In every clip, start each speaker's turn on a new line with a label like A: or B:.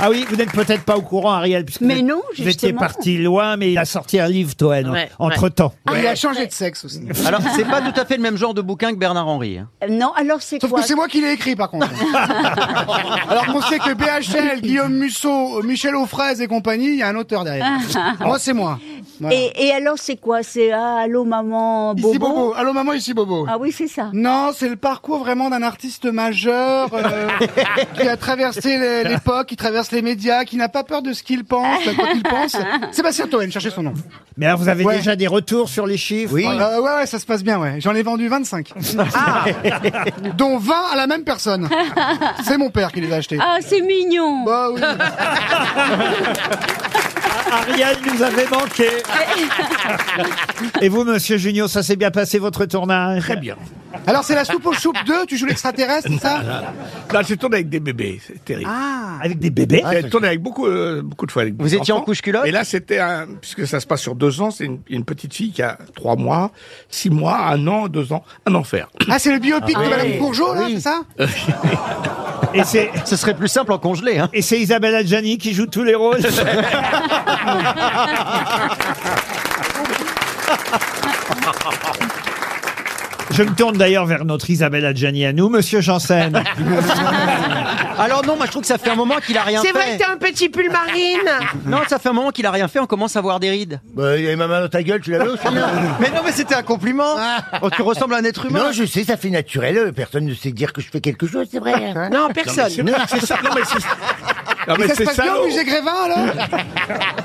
A: Ah oui, vous n'êtes peut-être pas au courant, Ariel, puisque
B: Mais
A: vous êtes-
B: non,
A: vous étiez
B: justement.
A: parti loin, mais il a sorti un livre, Toen,
C: Ouais,
A: entre temps.
D: Ah, Il a changé de sexe aussi.
E: Alors, c'est pas tout à fait le même genre de bouquin que Bernard Henry. hein.
B: Euh, Non, alors c'est
D: Sauf
B: quoi
D: que c'est moi qui l'ai écrit par contre. Alors qu'on sait que BHL, Guillaume Musso, euh, Michel Aufraise et compagnie, il y a un auteur derrière. moi c'est moi. Voilà.
B: et, et alors c'est quoi C'est ah, allô maman
D: Ici
B: bobo.
D: Bobo. Allô maman, ici Bobo.
B: Ah oui, c'est ça.
D: Non, c'est le parcours vraiment d'un artiste majeur euh, qui a traversé l'é- l'époque, qui traverse les médias, qui n'a pas peur de ce qu'il pense, de quoi qu'il pense. Sébastien Toen, cherchez son nom.
A: Mais alors, vous avez
D: Ouais.
A: déjà des retours sur les chiffres
E: Oui.
D: Euh, ouais, ouais, ça se passe bien, ouais. J'en ai vendu 25.
B: Ah.
D: Dont 20 à la même personne. C'est mon père qui les a achetés.
B: Ah, c'est mignon.
D: Bah oui.
A: Ah, Ariel nous avait manqué. Et vous, monsieur Junior, ça s'est bien passé votre tournage
F: Très bien.
D: Alors c'est la soupe aux choupes 2, tu joues l'extraterrestre, c'est ça
F: Là, j'ai tourné avec des bébés, c'est terrible.
A: Avec des bébés
D: Ah,
F: j'ai
D: c'est-
F: tourné avec beaucoup, euh, beaucoup de fois. Avec
E: Vous
F: des
E: étiez en
F: enfants.
E: couche-culotte
F: Et là, c'était un, puisque ça se passe sur deux ans, c'est une, une petite fille qui a trois mois, six mois, un an, deux ans, un enfer.
D: Ah, c'est le biopic de Madame Bourgeot, là, c'est ça
A: Et c'est.
E: Ce serait plus simple en congelé. Hein.
A: Et c'est Isabelle Adjani qui joue tous les rôles. Je me tourne d'ailleurs vers notre Isabelle Adjani à nous, Monsieur Janssen.
E: Alors non, moi je trouve que ça fait un moment qu'il a rien fait.
C: C'est vrai que t'as un petit pull marine
E: Non, ça fait un moment qu'il a rien fait, on commence à voir des rides.
G: Bah, il y avait ma main dans ta gueule, tu l'avais aussi. non
E: Mais non, mais c'était un compliment. Oh, tu ressembles à un être humain.
G: Non, je sais, ça fait naturel. Euh, Personne ne sait dire que je fais quelque chose, c'est vrai. hein.
C: Non, personne.
F: C'est ça, non mais c'est non, mais
D: Et ça se
F: c'est
D: passe bien au
F: salaud.
D: musée Grévin, alors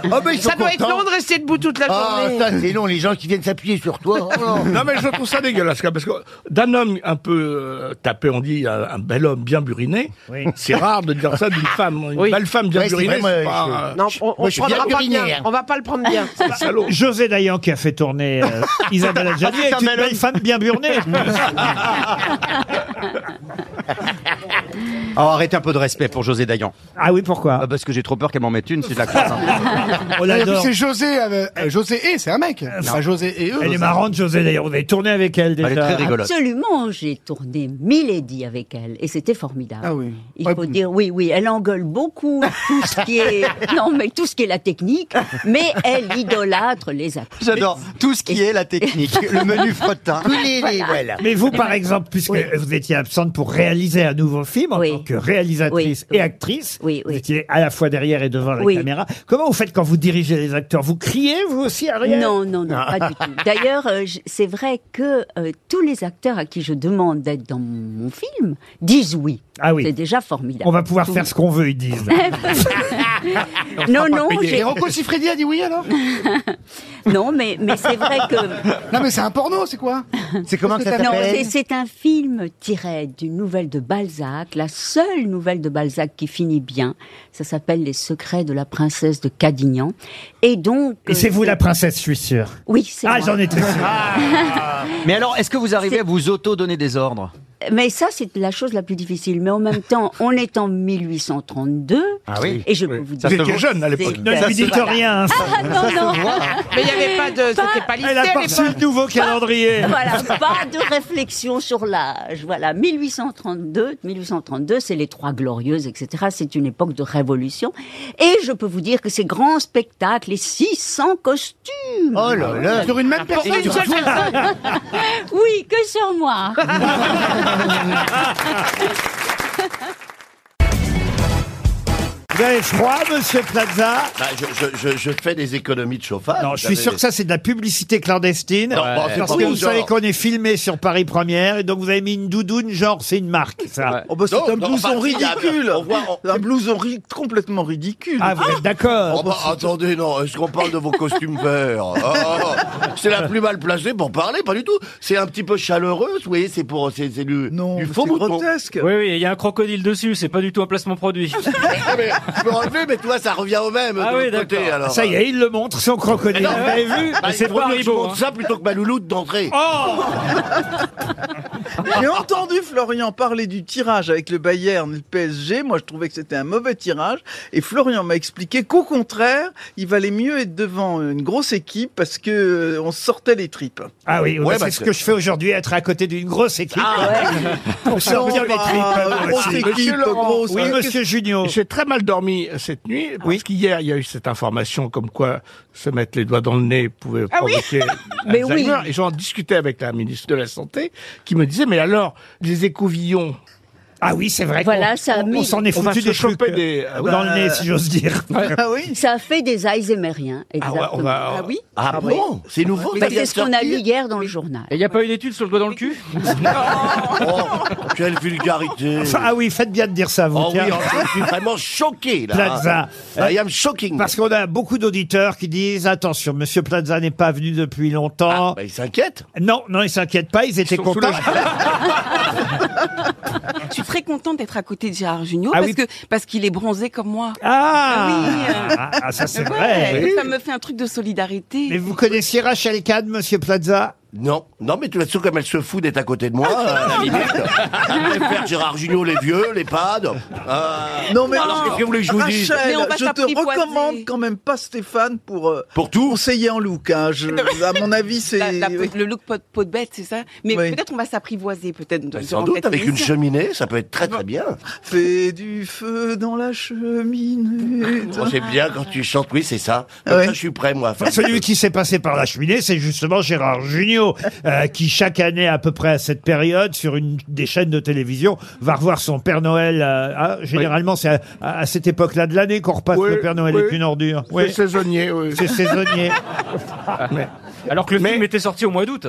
G: Oh, ben, ils sont
C: Ça doit être
G: contents.
C: long de rester debout toute la
G: Ah,
C: journée.
G: ça, c'est long, les gens qui viennent s'appuyer sur toi. Oh, non.
F: Non mais je trouve ça dégueulasse quand même, parce que d'un homme un peu euh, tapé, on dit un, un bel homme bien buriné, c'est rare de dire ça d'une femme, une
C: Oui.
F: belle femme bien
G: Ouais, c'est
F: burinée,
G: vrai,
F: c'est
G: moi,
F: pas,
G: je-
F: euh,
C: Non, on, on
G: Moi, je suis
C: prendra
G: bien
C: pas
G: uriné,
C: bien.
G: hein.
C: On va pas le prendre bien.
F: c'est salaud.
A: José Dayan qui a fait tourner euh, Isabelle Adjani
E: c'est
A: est
E: un
A: une
E: bel
A: belle
E: homme.
A: femme bien burnée.
E: Oh, arrête un peu de respect pour José Dayan.
A: Ah oui, pourquoi
E: Ah, parce que j'ai trop peur qu'elle m'en mette une, c'est de la croix. hein.
A: On
D: Et puis
A: l'adore.
D: c'est José, euh, euh, José et c'est un mec. Enfin, José et eux.
A: Elle est marrante, José Dayan. On avait tourné avec elle déjà.
E: Elle est très rigolote.
B: Absolument, j'ai tourné Milady avec elle et c'était formidable.
D: Ah oui.
B: Il
D: Ouais,
B: faut
D: bon.
B: dire oui, oui, elle engueule beaucoup tout ce qui est non mais tout ce qui est la technique, mais elle idolâtre les acteurs.
E: J'adore tout ce qui est la technique, le menu frottin.
G: Tous les, les- voilà.
A: Ah, Mais vous, par exemple, puisque vous étiez absente pour réaliser un nouveau film en
B: Oui.
A: tant que réalisatrice
B: Oui.
A: et actrice,
B: Oui, oui.
A: vous étiez à la fois derrière et devant la
B: Oui.
A: caméra. Comment vous faites quand vous dirigez les acteurs Vous criez, vous aussi, Ariel
B: Non, non, non,
D: Ah.
B: pas du tout. D'ailleurs, euh, je- c'est vrai que euh, tous les acteurs à qui je demande d'être dans mon film disent oui.
A: Ah oui.
B: C'est déjà formidable.
A: On va pouvoir faire ce qu'on veut, ils disent.
B: Non, non,
D: Et
B: j'ai-
D: Rocco Siffredi a dit oui, alors
B: non, mais, mais c'est vrai que
D: Non, mais c'est un porno, c'est quoi
G: C'est comment que ça
B: Non, c'est-
G: s'appelle
B: c'est un film tiré d'une nouvelle de Balzac, la seule nouvelle de Balzac qui finit bien. Ça s'appelle Les secrets de la princesse de Cadignan. Et donc.
A: Et c'est
B: euh,
A: vous la princesse, je suis sûr.
B: Oui, c'est
A: Ah,
B: moi.
A: j'en étais sûr.
E: Mais alors, est-ce que vous arrivez à vous auto-donner des ordres
B: Mais ça, c'est la chose la plus difficile. Mais en même temps, on est en 1832.
E: Ah oui.
B: Et je peux vous dire.
F: Vous étiez jeune à l'époque.
B: c'est-
A: Ne lui dites
B: voilà.
A: rien. hein.
B: Ah non, non.
C: Mais il n'y avait pas de. C'était
E: Ah,
C: pas
A: Elle
C: listé
A: a
C: à
A: parti
C: l'époque.
A: le nouveau calendrier.
B: Voilà, pas de réflexion sur l'âge. Voilà, 1832, 1832, c'est les Trois Glorieuses, etc. C'est une époque de révolution. Et je peux vous dire que ces grands spectacles, les 600 costumes.
G: Oh là là.
D: Sur une même personne
C: Pour une seule personne.
B: Oui, que sur moi.
A: Vous avez froid, monsieur Plaza
G: Bah, je, je- je- je fais des économies de chauffage.
A: Non, je suis
G: Ah, Vous
A: sûr que
G: savez.
A: ça, c'est de la publicité clandestine.
G: Non, bon, c'est
A: Parce
G: pas
A: que
G: mon
A: vous savez
G: genre.
A: qu'on est filmé sur Paris Première, et donc vous avez mis une doudoune, genre, c'est une marque, ça.
H: Oh bah c'est
G: Non,
H: un
G: non,
H: blouson
G: enfin, il y a-
H: ridicule
G: on voit- on-
H: Un blouson ri- complètement ridicule
A: Ah, vous êtes d'accord
G: Oh, bah, attendez, non, est-ce qu'on parle de vos costumes verts Oh, C'est la plus mal placée pour parler, pas du tout. C'est un petit peu chaleureuse, vous voyez, c'est pour, c'est c'est du,
H: Non,
G: du
H: mais
G: faux
H: c'est
G: mouton.
H: grotesque
I: Oui, oui, il y a un crocodile dessus, c'est pas du tout un placement produit.
G: Ah, mais, je peux enlever, mais toi, ça revient au même.
I: Ah
G: de
I: oui,
G: l'autre côté,
I: d'accord.
G: alors.
A: Ça y est, il le montre, son crocodile.
G: Mais non,
A: Vous avez vu
G: Bah,
I: c'est
G: il vaut
A: hein.
I: pas
G: mieux que je
I: Haribo,
G: monte
I: hein.
G: ça plutôt que ma louloute d'entrée.
A: Oh
H: J'ai entendu Florian parler du tirage avec le Bayern et le PSG. Moi, je trouvais que c'était un mauvais tirage. Et Florian m'a expliqué qu'au contraire, il valait mieux être devant une grosse équipe parce que euh, on sortait les tripes.
A: Ah oui, oui,
G: Ouais,
A: c'est
G: parce
A: ce
G: que-
A: que je fais aujourd'hui, être à côté d'une grosse équipe pour sortir les
H: Oh, bah,
A: tripes. hein, moi
H: grosse
A: aussi.
H: équipe,
F: Monsieur Laurent,
H: grosse-
A: Oui, monsieur
B: Oh.
A: Junio.
F: J'ai très mal dormi euh, cette nuit parce qu'hier il y a eu cette information comme quoi se mettre les doigts dans le nez pouvait provoquer
B: Ah Mais
F: Alzheimer.
B: oui.
F: Et j'en discutais avec la ministre de la santé qui me disait mais alors les écouvillons
A: Ah oui, c'est vrai.
B: Voilà,
A: qu'on-
B: ça a
A: on- On
B: mis-
A: s'en est
F: On va
A: foutu
F: se
A: des
F: choper
A: trucs, euh,
F: des- ah
A: dans le
H: bah,
A: nez, si j'ose dire.
H: Ah oui
B: Ça a fait des Alzheimeriens,
F: Ah ouais,
B: exactement.
F: on va-
B: Ah oui
G: Ah bon C'est nouveau
B: Bah,
G: ça vient
B: C'est
G: de
B: ce qu'on a
G: sortir
B: lu hier dans le journal.
I: Et il n'y a pas une étude sur le doigt dans le cul
G: Oh, quelle vulgarité
A: Enfin, ah oui, faites bien de dire ça, vous.
G: Oh oui,
A: tiens.
G: oh, je suis vraiment choqué là.
A: Plaza.
G: Ah, I am shocking.
A: Parce qu'on a beaucoup d'auditeurs qui disent attention, Monsieur Plaza n'est pas venu depuis longtemps.
G: Bah, il s'inquiète.
A: Non, non, ils s'inquiètent pas, ils étaient contents.
J: Je suis très contente d'être à côté de Gérard Junior
A: Ah
J: parce
A: oui.
J: que parce qu'il est bronzé comme moi.
A: Ah,
J: Oui, euh.
A: Ah, ah, ça c'est vrai.
J: Ouais, Ça me fait un truc de solidarité.
A: Mais vous connaissiez Rachel Kahn, Monsieur Plaza
G: Non, non, mais de toute façon, comme elle se fout d'être à côté de moi, euh, à la limite, je préfère Gérard Junior, les vieux, les pads. euh,
H: Non mais
G: alors, qu'est-ce que vous voulez que je vous dise
H: Rachel,
J: Mais on va
H: je te
J: t'apprivoiser.
H: recommande quand même pas Stéphane pour euh,
G: Pour tout
H: conseiller en look. Hein. Je- à mon avis,
J: La-
H: c'est
J: la- le look pot, pot de bête, c'est ça Mais
H: Oui.
J: peut-être on va s'apprivoiser, peut-être.
G: Bah,
J: durant
G: Sans doute,
J: cette
G: avec une
J: émission.
G: cheminée, ça peut être très très bien.
H: Fais du feu dans la cheminée.
G: Oh, c'est bien quand tu chantes, oui, c'est ça. Comme
H: Ouais.
G: ça, je suis prêt, moi. à faire-
A: Celui qui s'est passé par la cheminée, c'est justement Gérard Jugnot, euh, qui chaque année, à peu près à cette période, sur une des chaînes de télévision, va revoir son Père Noël. euh, ah, généralement, c'est à, à- à cette époque-là de l'année qu'on repasse
F: Oui,
A: le Père Noël
F: oui.
A: est une ordure.
F: Oui.
A: Oui,
F: saisonnier. oui.
A: c'est saisonnier.
I: Alors que le
F: Mais-
I: film était sorti au mois d'août.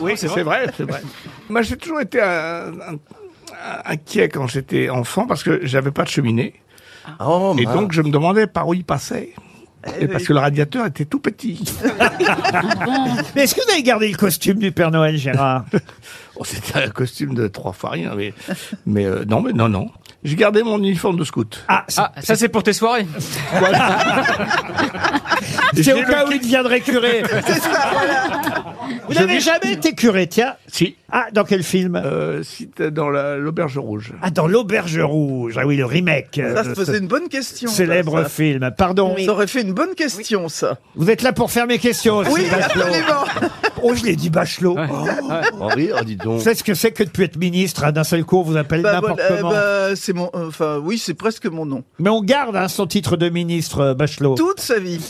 F: Oui, c'est vrai, c'est vrai. Moi, j'ai toujours été euh, un- un- inquiet quand j'étais enfant parce que j'avais pas de cheminée.
G: Oh,
F: Et
G: mince.
F: donc, je me demandais par où il passait. Et parce que le radiateur était tout petit.
A: Mais est-ce que vous avez gardé le costume du Père Noël, Gérard
F: Oh, C'était un costume de trois fois rien, mais, mais euh, non, mais non, non. J'ai gardé mon uniforme de scout.
A: Ah, c'est-
I: Ah, ça c'est pour tes soirées.
A: c'est au cas où il deviendrait curé. Vous n'avez jamais été curé, tiens.
F: Si,
A: Ah, dans quel film
F: euh, si t'es dans la- l'auberge rouge.
A: Ah, dans L'Auberge Rouge. Ah oui, le remake. euh,
H: Ça,
A: de
H: ça,
A: ce
H: c'est une bonne question. ça,
A: Célèbre
H: ça.
A: film. Pardon.
H: Ça aurait fait une bonne question, ça.
A: Vous êtes là pour faire mes questions aussi,
H: Oui,
A: Bachelot.
H: absolument.
A: Oh, je l'ai dit Bachelot.
G: Oh oui, oh, dis donc.
A: C'est ce que c'est que de plus être ministre. hein, D'un seul coup, on vous appelle
H: Bah,
A: n'importe
H: voilà,
A: comment.
H: bah, c'est mon, enfin, oui, c'est presque mon nom.
A: Mais on garde hein, son titre de ministre, euh, Bachelot.
H: Toute sa vie.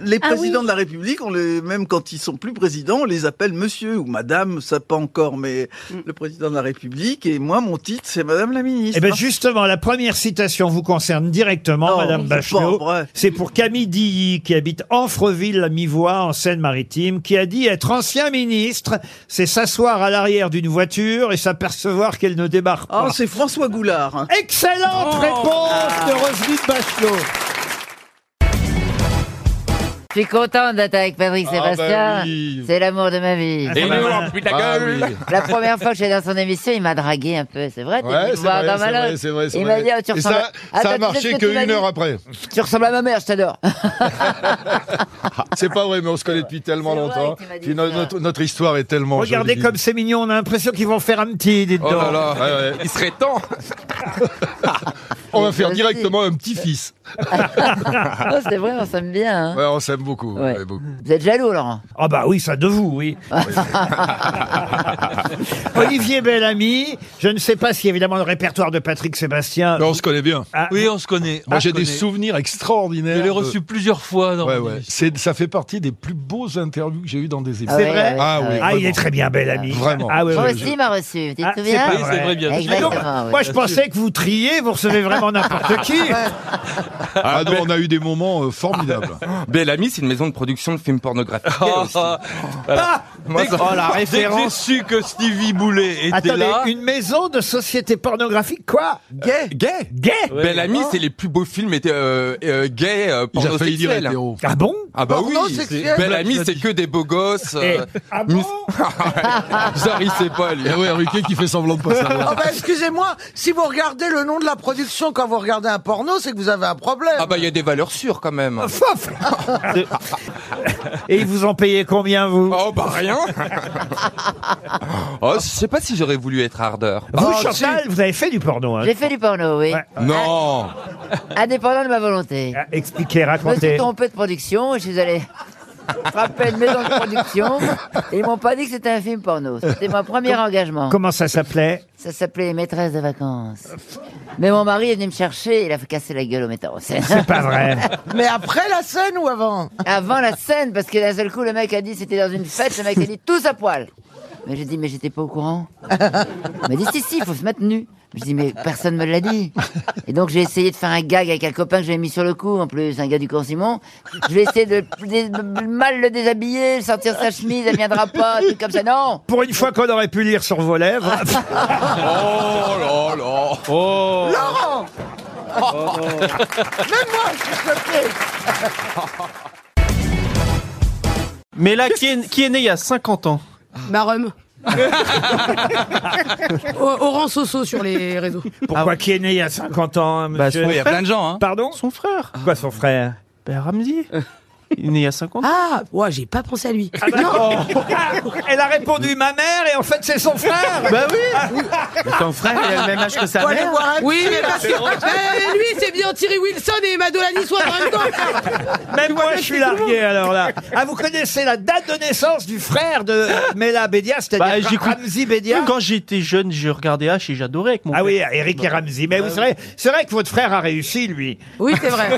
H: Les
B: Ah
H: présidents
B: oui.
H: de la République, on les, même quand ils sont plus présidents, on les appelle monsieur ou madame, ça pas encore, mais
B: Mm.
H: le président de la République. Et moi, mon titre, c'est madame la ministre.
A: Eh bien, justement, la première citation vous concerne directement,
H: Non,
A: Madame
H: c'est
A: Bachelot.
H: pas vrai.
A: C'est pour Camille Dilly, qui habite Amfreville, la mi-voix, en Seine-Maritime, qui a dit être ancien ministre, c'est s'asseoir à l'arrière d'une voiture et s'apercevoir qu'elle ne débarque
H: Ah,
A: pas.
H: c'est François Goulard. hein.
A: Excellente réponse de Roselyne Bachelot.
K: Je suis contente d'être avec
L: Ah,
K: Patrick
L: bah
K: Sébastien. C'est l'amour de ma vie.
A: Ah, bah,
F: la gueule
L: Ah
K: La première fois que j'étais dans son émission, il m'a dragué un peu. C'est vrai, t'es venu me voir dans ma loge. Il m'a dit, oh, tu ressembles. Ça, a marché que une heure après. Tu ressembles à ma mère, je t'adore.
L: C'est pas vrai, mais on se connaît depuis tellement
K: C'est vrai
L: longtemps.
K: qu'il m'a dit
L: Puis no-
K: ça.
L: notre, notre histoire est tellement
A: Regardez
L: jolie.
A: comme c'est mignon, on a l'impression qu'ils vont faire un petit, dites
L: Oh
A: donc.
L: là là, ouais, ouais.
E: Il serait temps.
L: on va
K: Mais
L: faire
K: aussi.
L: directement un petit-fils.
K: Oh, c'est vrai, on s'aime bien. hein.
L: Ouais, on s'aime beaucoup.
K: Ouais.
L: ouais, beaucoup.
K: Vous êtes jaloux, Laurent
A: Ah bah oui, ça de vous, oui. Olivier Bellamy, je ne sais pas si évidemment le répertoire de Patrick Sébastien.
L: Mais on se connaît bien.
A: Ah,
L: Oui, on se connaît. Moi, j'ai des souvenirs extraordinaires. Je l'ai reçu plusieurs fois. Dans ouais, ouais. C'est- Ça fait partie des plus beaux interviews que j'ai eues dans des émissions.
A: C'est
K: ouais,
A: vrai
K: ouais,
L: Ah oui.
A: Ah, il
L: vraiment.
A: est très bien, Bellamy.
L: Vraiment.
A: Ah oui,
F: Euh,
K: Moi
A: oui,
K: aussi,
A: oui.
K: il m'a reçu. Tu te
A: Ah, c'est
K: souviens
A: pas vrai. Mais donc,
K: Exactement, oui.
A: Moi, je pensais que vous triez, vous recevez vraiment n'importe qui. Ah,
L: Ah non, on a eu des moments euh, formidables.
E: Bellamy, c'est une maison de production de films pornographiques.
L: Oh,
I: la référence.
A: Attendez, une maison de société pornographique, quoi Euh,
H: Gay.
E: Gay
A: Gay
E: Bellamy,
L: Ah.
E: c'est les plus beaux films étaient, euh, euh, gays euh,
L: Il a failli dire
E: pornosexuels.
L: hétéro.
A: Ah bon
E: Ah bah oui,
H: Pornosexuels.
E: Bellamy, c'est que des beaux gosses.
A: Eh,
E: euh,
A: Ah bon
E: Sorry, c'est pas lui.
L: Eh ouais, Ruquier qui fait semblant de pas savoir.
H: excusez-moi, si vous regardez le nom de la production quand vous
L: Ah
H: regardez un porno, c'est que vous avez un problème.
E: Ah bah il y a des valeurs sûres quand même.
A: Fof Et ils vous ont payé combien, vous
M: Oh, bah rien Oh, je sais pas si j'aurais voulu être ardeur.
A: Vous,
M: Oh,
A: Chantal, vous avez fait du porno. Hein.
K: J'ai fait du porno, oui.
M: si.
L: Eh,
M: Non
K: Indépendant de ma volonté.
A: Ah, Expliquez,
K: Je me suis
A: racontez.
K: trompé de production et je suis allé frapper une maison de production. Et ils m'ont pas dit que c'était un film porno. C'était mon premier engagement.
A: Comment ça s'appelait
K: Ça s'appelait Maîtresse de vacances. Mais mon mari est venu me chercher et il a fait casser la gueule au metteur en scène.
A: C'est pas vrai.
K: Mais après la scène ou avant Avant la scène, parce que d'un seul coup, le mec a dit, c'était dans une fête, le mec a dit, tous à poil. Mais j'ai dit, mais j'étais pas au courant. Il m'a dit, si, si, il faut se mettre nu. Je dis, mais personne me l'a dit. Et donc, j'ai essayé de faire un gag avec un copain que j'avais mis sur le coup, en plus, un gars du cours Simon. Je vais essayer de, de- de mal le déshabiller, sortir sa chemise, elle viendra pas, un truc comme ça. Non
A: Pour une fois qu'on aurait pu lire sur vos lèvres.
M: Oh là là Oh
N: Laurent Même moi,
O: Mais là, qui est, qui est né il y a 50 ans
P: Marum. Oran Soso sur les réseaux.
A: Pourquoi qui est né il y a 50 ans, hein,
E: Bah,
L: Ah,
A: monsieur
O: son Oui, il y a frère. plein de gens,
A: Pardon
P: Son frère.
A: Quoi, son frère
O: Ben Ramsey. Il est né il y a 50 ans.
P: Ah, ouais, j'ai pas pensé à lui.
A: Oh. Elle a répondu ma mère et en fait c'est son frère.
O: Bah oui. Son frère, il a le même âge que sa
P: Faut aller
O: mère.
P: voir un Oui, mais parce que Eh, lui, c'est bien Thierry Wilson et Madolani soit en même temps.
A: Même moi, je suis largué alors là. Ah, vous connaissez la date de naissance du frère de euh, Mela Bédia,
O: Bah,
A: c'est-à-dire
O: j'écoute-
A: Ramzi Bédia
O: Quand j'étais jeune, je regardais H et j'adorais avec mon
A: Ah oui,
O: père.
A: Eric et
O: Bah,
A: Ramzi. Mais
O: bah
A: vous
O: oui.
A: savez, c'est vrai que votre frère a réussi, lui.
P: Oui, c'est vrai.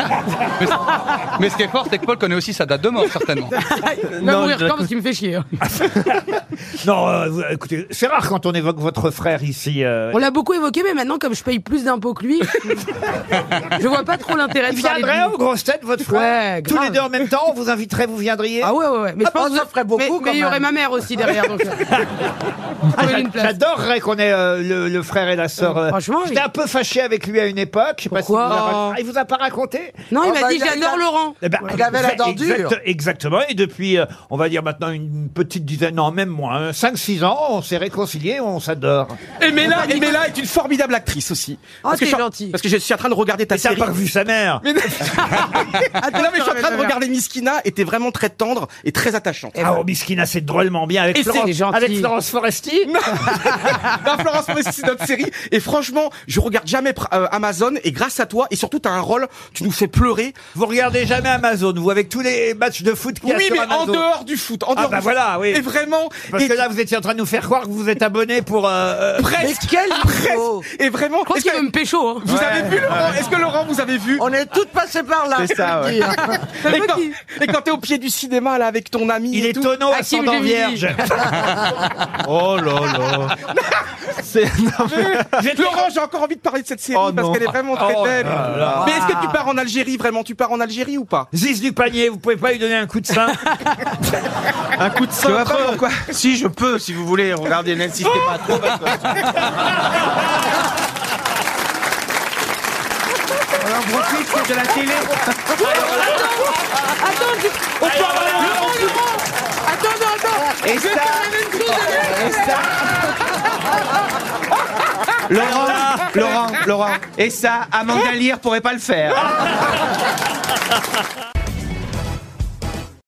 M: Mais ce qui est fort, c'est que Paul connaît aussi sa date de mort, certainement.
P: Va
A: Non,
P: mourir
A: je la-
P: quand parce qu'il me fait chier.
A: Non, euh, vous- écoutez, c'est rare quand on évoque votre frère ici. euh.
P: On l'a beaucoup évoqué, mais maintenant, comme je paye plus d'impôts que lui, je vois pas trop l'intérêt de
A: Il
P: parler de
A: viendrait
P: lui.
A: aux grosses têtes, votre frère
P: Ouais,
A: Tous
P: grave.
A: les deux en même temps, on vous inviterait, vous viendriez
P: Ah ouais, ouais, ouais. Mais
A: Ah,
P: je pense
A: bah, ça ferait beaucoup,
P: Mais,
A: quand
P: mais il y aurait ma
A: même.
P: mère aussi derrière. donc- euh,
A: Ah, j'a- J'adorerais qu'on ait euh, le, le frère et la sœur. euh. J'étais un peu fâché avec lui à une époque. Je sais pas si vous avez-
P: Pourquoi
A: Ah, il vous a pas raconté
P: Non, il m'a dit j'adore Laurent.
A: Eh ben,
P: Il avait la dent dure.
A: exactement. Et depuis, euh, on va dire maintenant une petite dizaine, non, même moins, 5-6 ans, on s'est réconciliés, on s'adore.
O: Et Mela- et Mela
A: est une formidable actrice aussi.
P: Oh,
O: Parce que je suis-
A: gentil.
O: Parce que je suis en train de regarder ta série.
A: T'as pas vu sa mère
O: Mais non, Non, mais je suis en train de regarder Miskina et t'es vraiment très tendre et très attachante.
A: Ah, oh, Miskina, c'est drôlement bien avec
O: Et c'est
A: Florence,
O: gentil.
A: avec Florence Foresti.
O: Non, Florence Foresti, c'est notre série. Et franchement, je regarde
P: Ah,
O: jamais euh, Amazon. Et grâce à toi, et surtout, t'as un rôle, tu nous fais pleurer.
A: Vous regardez jamais Amazon, vous, avec tous les matchs de foot qu'il y a
O: Oui,
A: sur
O: mais en
A: Amazon.
O: dehors du foot. En dehors
A: ah bah
O: du foot.
A: voilà, oui.
O: Et vraiment.
A: Parce
O: et
A: que là, vous étiez en train de nous faire croire que vous êtes abonné pour... euh, euh,
O: Presque. presque. Et vraiment. Est-ce que
P: me pécho.
O: Vous
A: Ouais.
O: avez vu Laurent Est-ce que Laurent vous avez vu On est toutes passées par là.
A: C'est ça, ouais.
O: et quand, et quand t'es au pied du cinéma là avec ton ami.
A: Il
O: et
A: est
O: tout.
A: tonneau
O: Hakim
A: ascendant
O: Gemini.
A: vierge.
O: oh là là. C'est Laurent, j'ai encore envie de parler de cette série parce
A: non.
O: qu'elle est vraiment très
A: Oh
O: belle.
A: là là.
O: Mais est-ce que tu pars en Algérie vraiment Tu pars en Algérie ou pas
A: Ziz du panier, vous pouvez pas lui donner un coup de sein
O: Un coup de cintre. Si je peux, si vous voulez, regardez, même si c'était pas trop.
N: On en profite, c'est de la télé.
P: Attends, je-
N: On peut avoir la
P: Laurent, Laurent Attends, non, attends
N: Et
P: Je vais
N: ça-
P: faire la même chose avec-
O: Laurent, Laurent, Laurent. Et ça, Amanda Lear pourrait pas le faire.